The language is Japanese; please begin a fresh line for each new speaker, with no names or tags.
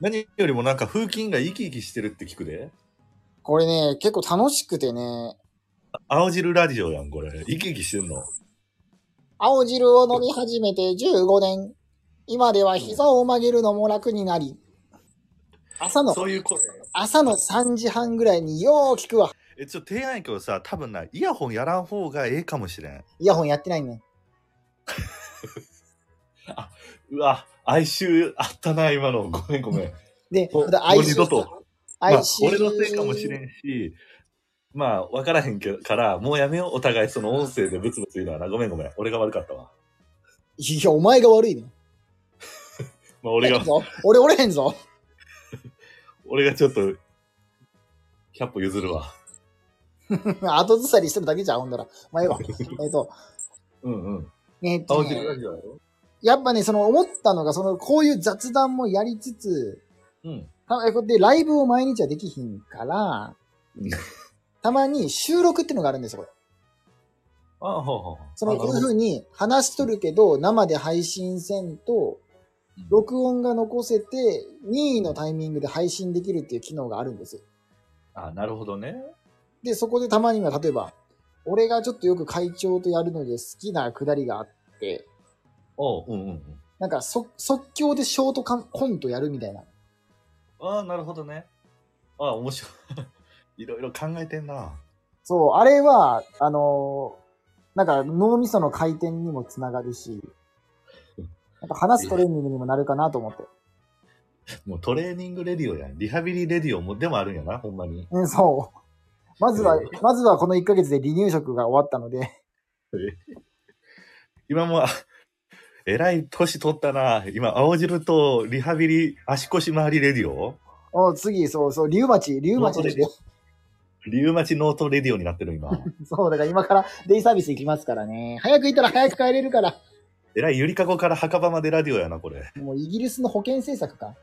何よりもなんか風紀委員が生き生きしてるって聞くで。
これね、結構楽しくてね、
青汁ラジオやん、これ。生き生きしてんの。
青汁を飲み始めて15年。今では膝を曲げるのも楽になり、朝の、
そういう声。
朝の3時半ぐらいによう聞くわ。
え、ちょ、提案やけどさ、多分な、イヤホンやらん方がええかもしれん。
イヤホンやってないね。
うわ、哀愁あったな、今の。ごめん、ごめん。
で、
もう
また
もう二度と
さ
まあ
IC
俺のせいかもしれんし、まあ、わからへんけどから、もうやめよう。お互いその音声でブツブツ言うのはな。ごめん、ごめん。俺が悪かったわ。
いや、お前が悪いね。
まあ、俺が
折れへん、ぞ俺折れへんぞ。
俺がちょっと、キャップ譲るわ。
後ずさりしてるだけじゃん、ほんだら。まあ、ええ わ。えっと、
うんうん。
ねえっと
青
ね
汁ラジオやろ
やっぱね、その思ったのが、その、こういう雑談もやりつつ、
うん。
たで、ライブを毎日はできひんから
うん、
たまに収録っていうのがあるんですよ、これ。
ああ、ほうほうほう。
その、
あな
こう
る
い
ほ
う
ど
ふうに話しとるけど、生で配信せんと、録音が残せて、任意のタイミングで配信できるっていう機能があるんですよ。
あ、なるほどね。
で、そこでたまには、例えば、俺がちょっとよく会長とやるので好きなくだりがあって、
おう、うんうんうん。
なんか即即興でショートカンコントやるみたいな。
ああ、なるほどね。ああ、面白い。い ろいろ考えてんな。
そう、あれは、あのーなんか脳みその回転にもつながるし、なんか話すトレーニングにもなるかなと思って。
もうトレーニングレディオやん。リハビリレディオもでもあるんやな、ほんまに。
うん、そう。まずは
え、
まずはこの1ヶ月で離乳食が終わったので、
今も、 あえらい年取ったな。今、青汁とリハビリ足腰回りレディオ
お次、そうそう、リウマチ、リウマチですよ。
リウマチノートレディオになってる 今。
そう、だから今からデイサービス行きますからね。早く行ったら早く帰れるから。
えらいゆりかごから墓場までラディオやな、これ。
もうイギリスの保健政策か。